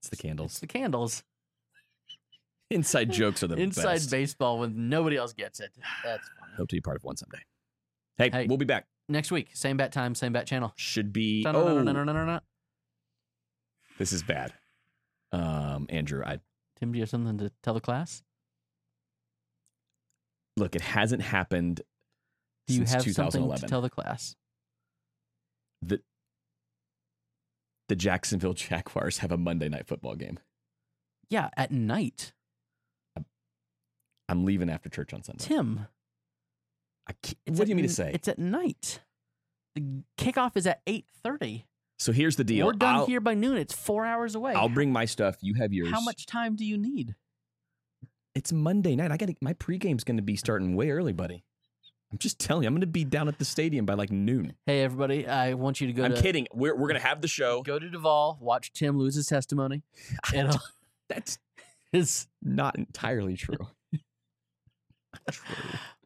A: it's the
B: It's
A: candles
B: the candles.
A: inside jokes are the
B: Inside
A: best
B: baseball when nobody else gets it. That's funny.
A: hope to be part of one someday hey,
B: Hey.
A: we'll be back
B: Next week, same bat time, same bat channel.
A: should be oh
B: Dun-dun-dun-dun-dun-dun-dun.
A: this is bad um andrew i
B: Tim, do you have something to tell the class?
A: look it hasn't happened
B: Do you
A: since
B: have something
A: 2011
B: to tell the class?
A: the jacksonville jaguars have a monday night football game
B: Yeah, at night.
A: i'm leaving after church on sunday
B: Tim,
A: I can't-
B: it's
A: what
B: at
A: do you mean to
B: n-
A: say
B: It's at night. The kickoff is at 8.30.
A: so here's the deal
B: We're done
A: I'll,
B: here by noon. It's four hours away.
A: I'll bring my stuff you have yours
B: How much time do you need?
A: It's Monday night. I got to my pregame's going to be starting way early, buddy. I'm just telling you, I'm going to be down at the stadium by like noon.
B: Hey, everybody, I want you to go
A: I'm
B: to
A: kidding. We're we're going to have the show.
B: go to Duvall, watch Tim lose his testimony. It'll,
A: That's
B: it's,
A: not entirely true.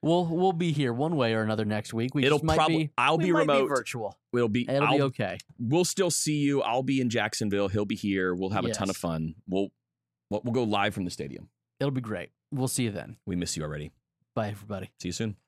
B: we'll we'll be here one way or another next week. We
A: It'll
B: just might
A: probably
B: be,
A: I'll
B: we
A: be
B: might
A: remote.
B: virtual.
A: It'll be
B: It'll
A: I'll,
B: be okay.
A: we'll still see you. I'll be in Jacksonville. He'll be here. We'll have a ton of
B: Yes.
A: fun. We'll we'll, we'll go live from the stadium.
B: It'll be great. We'll see you then.
A: We miss you already.
B: Bye, everybody.
A: See you soon.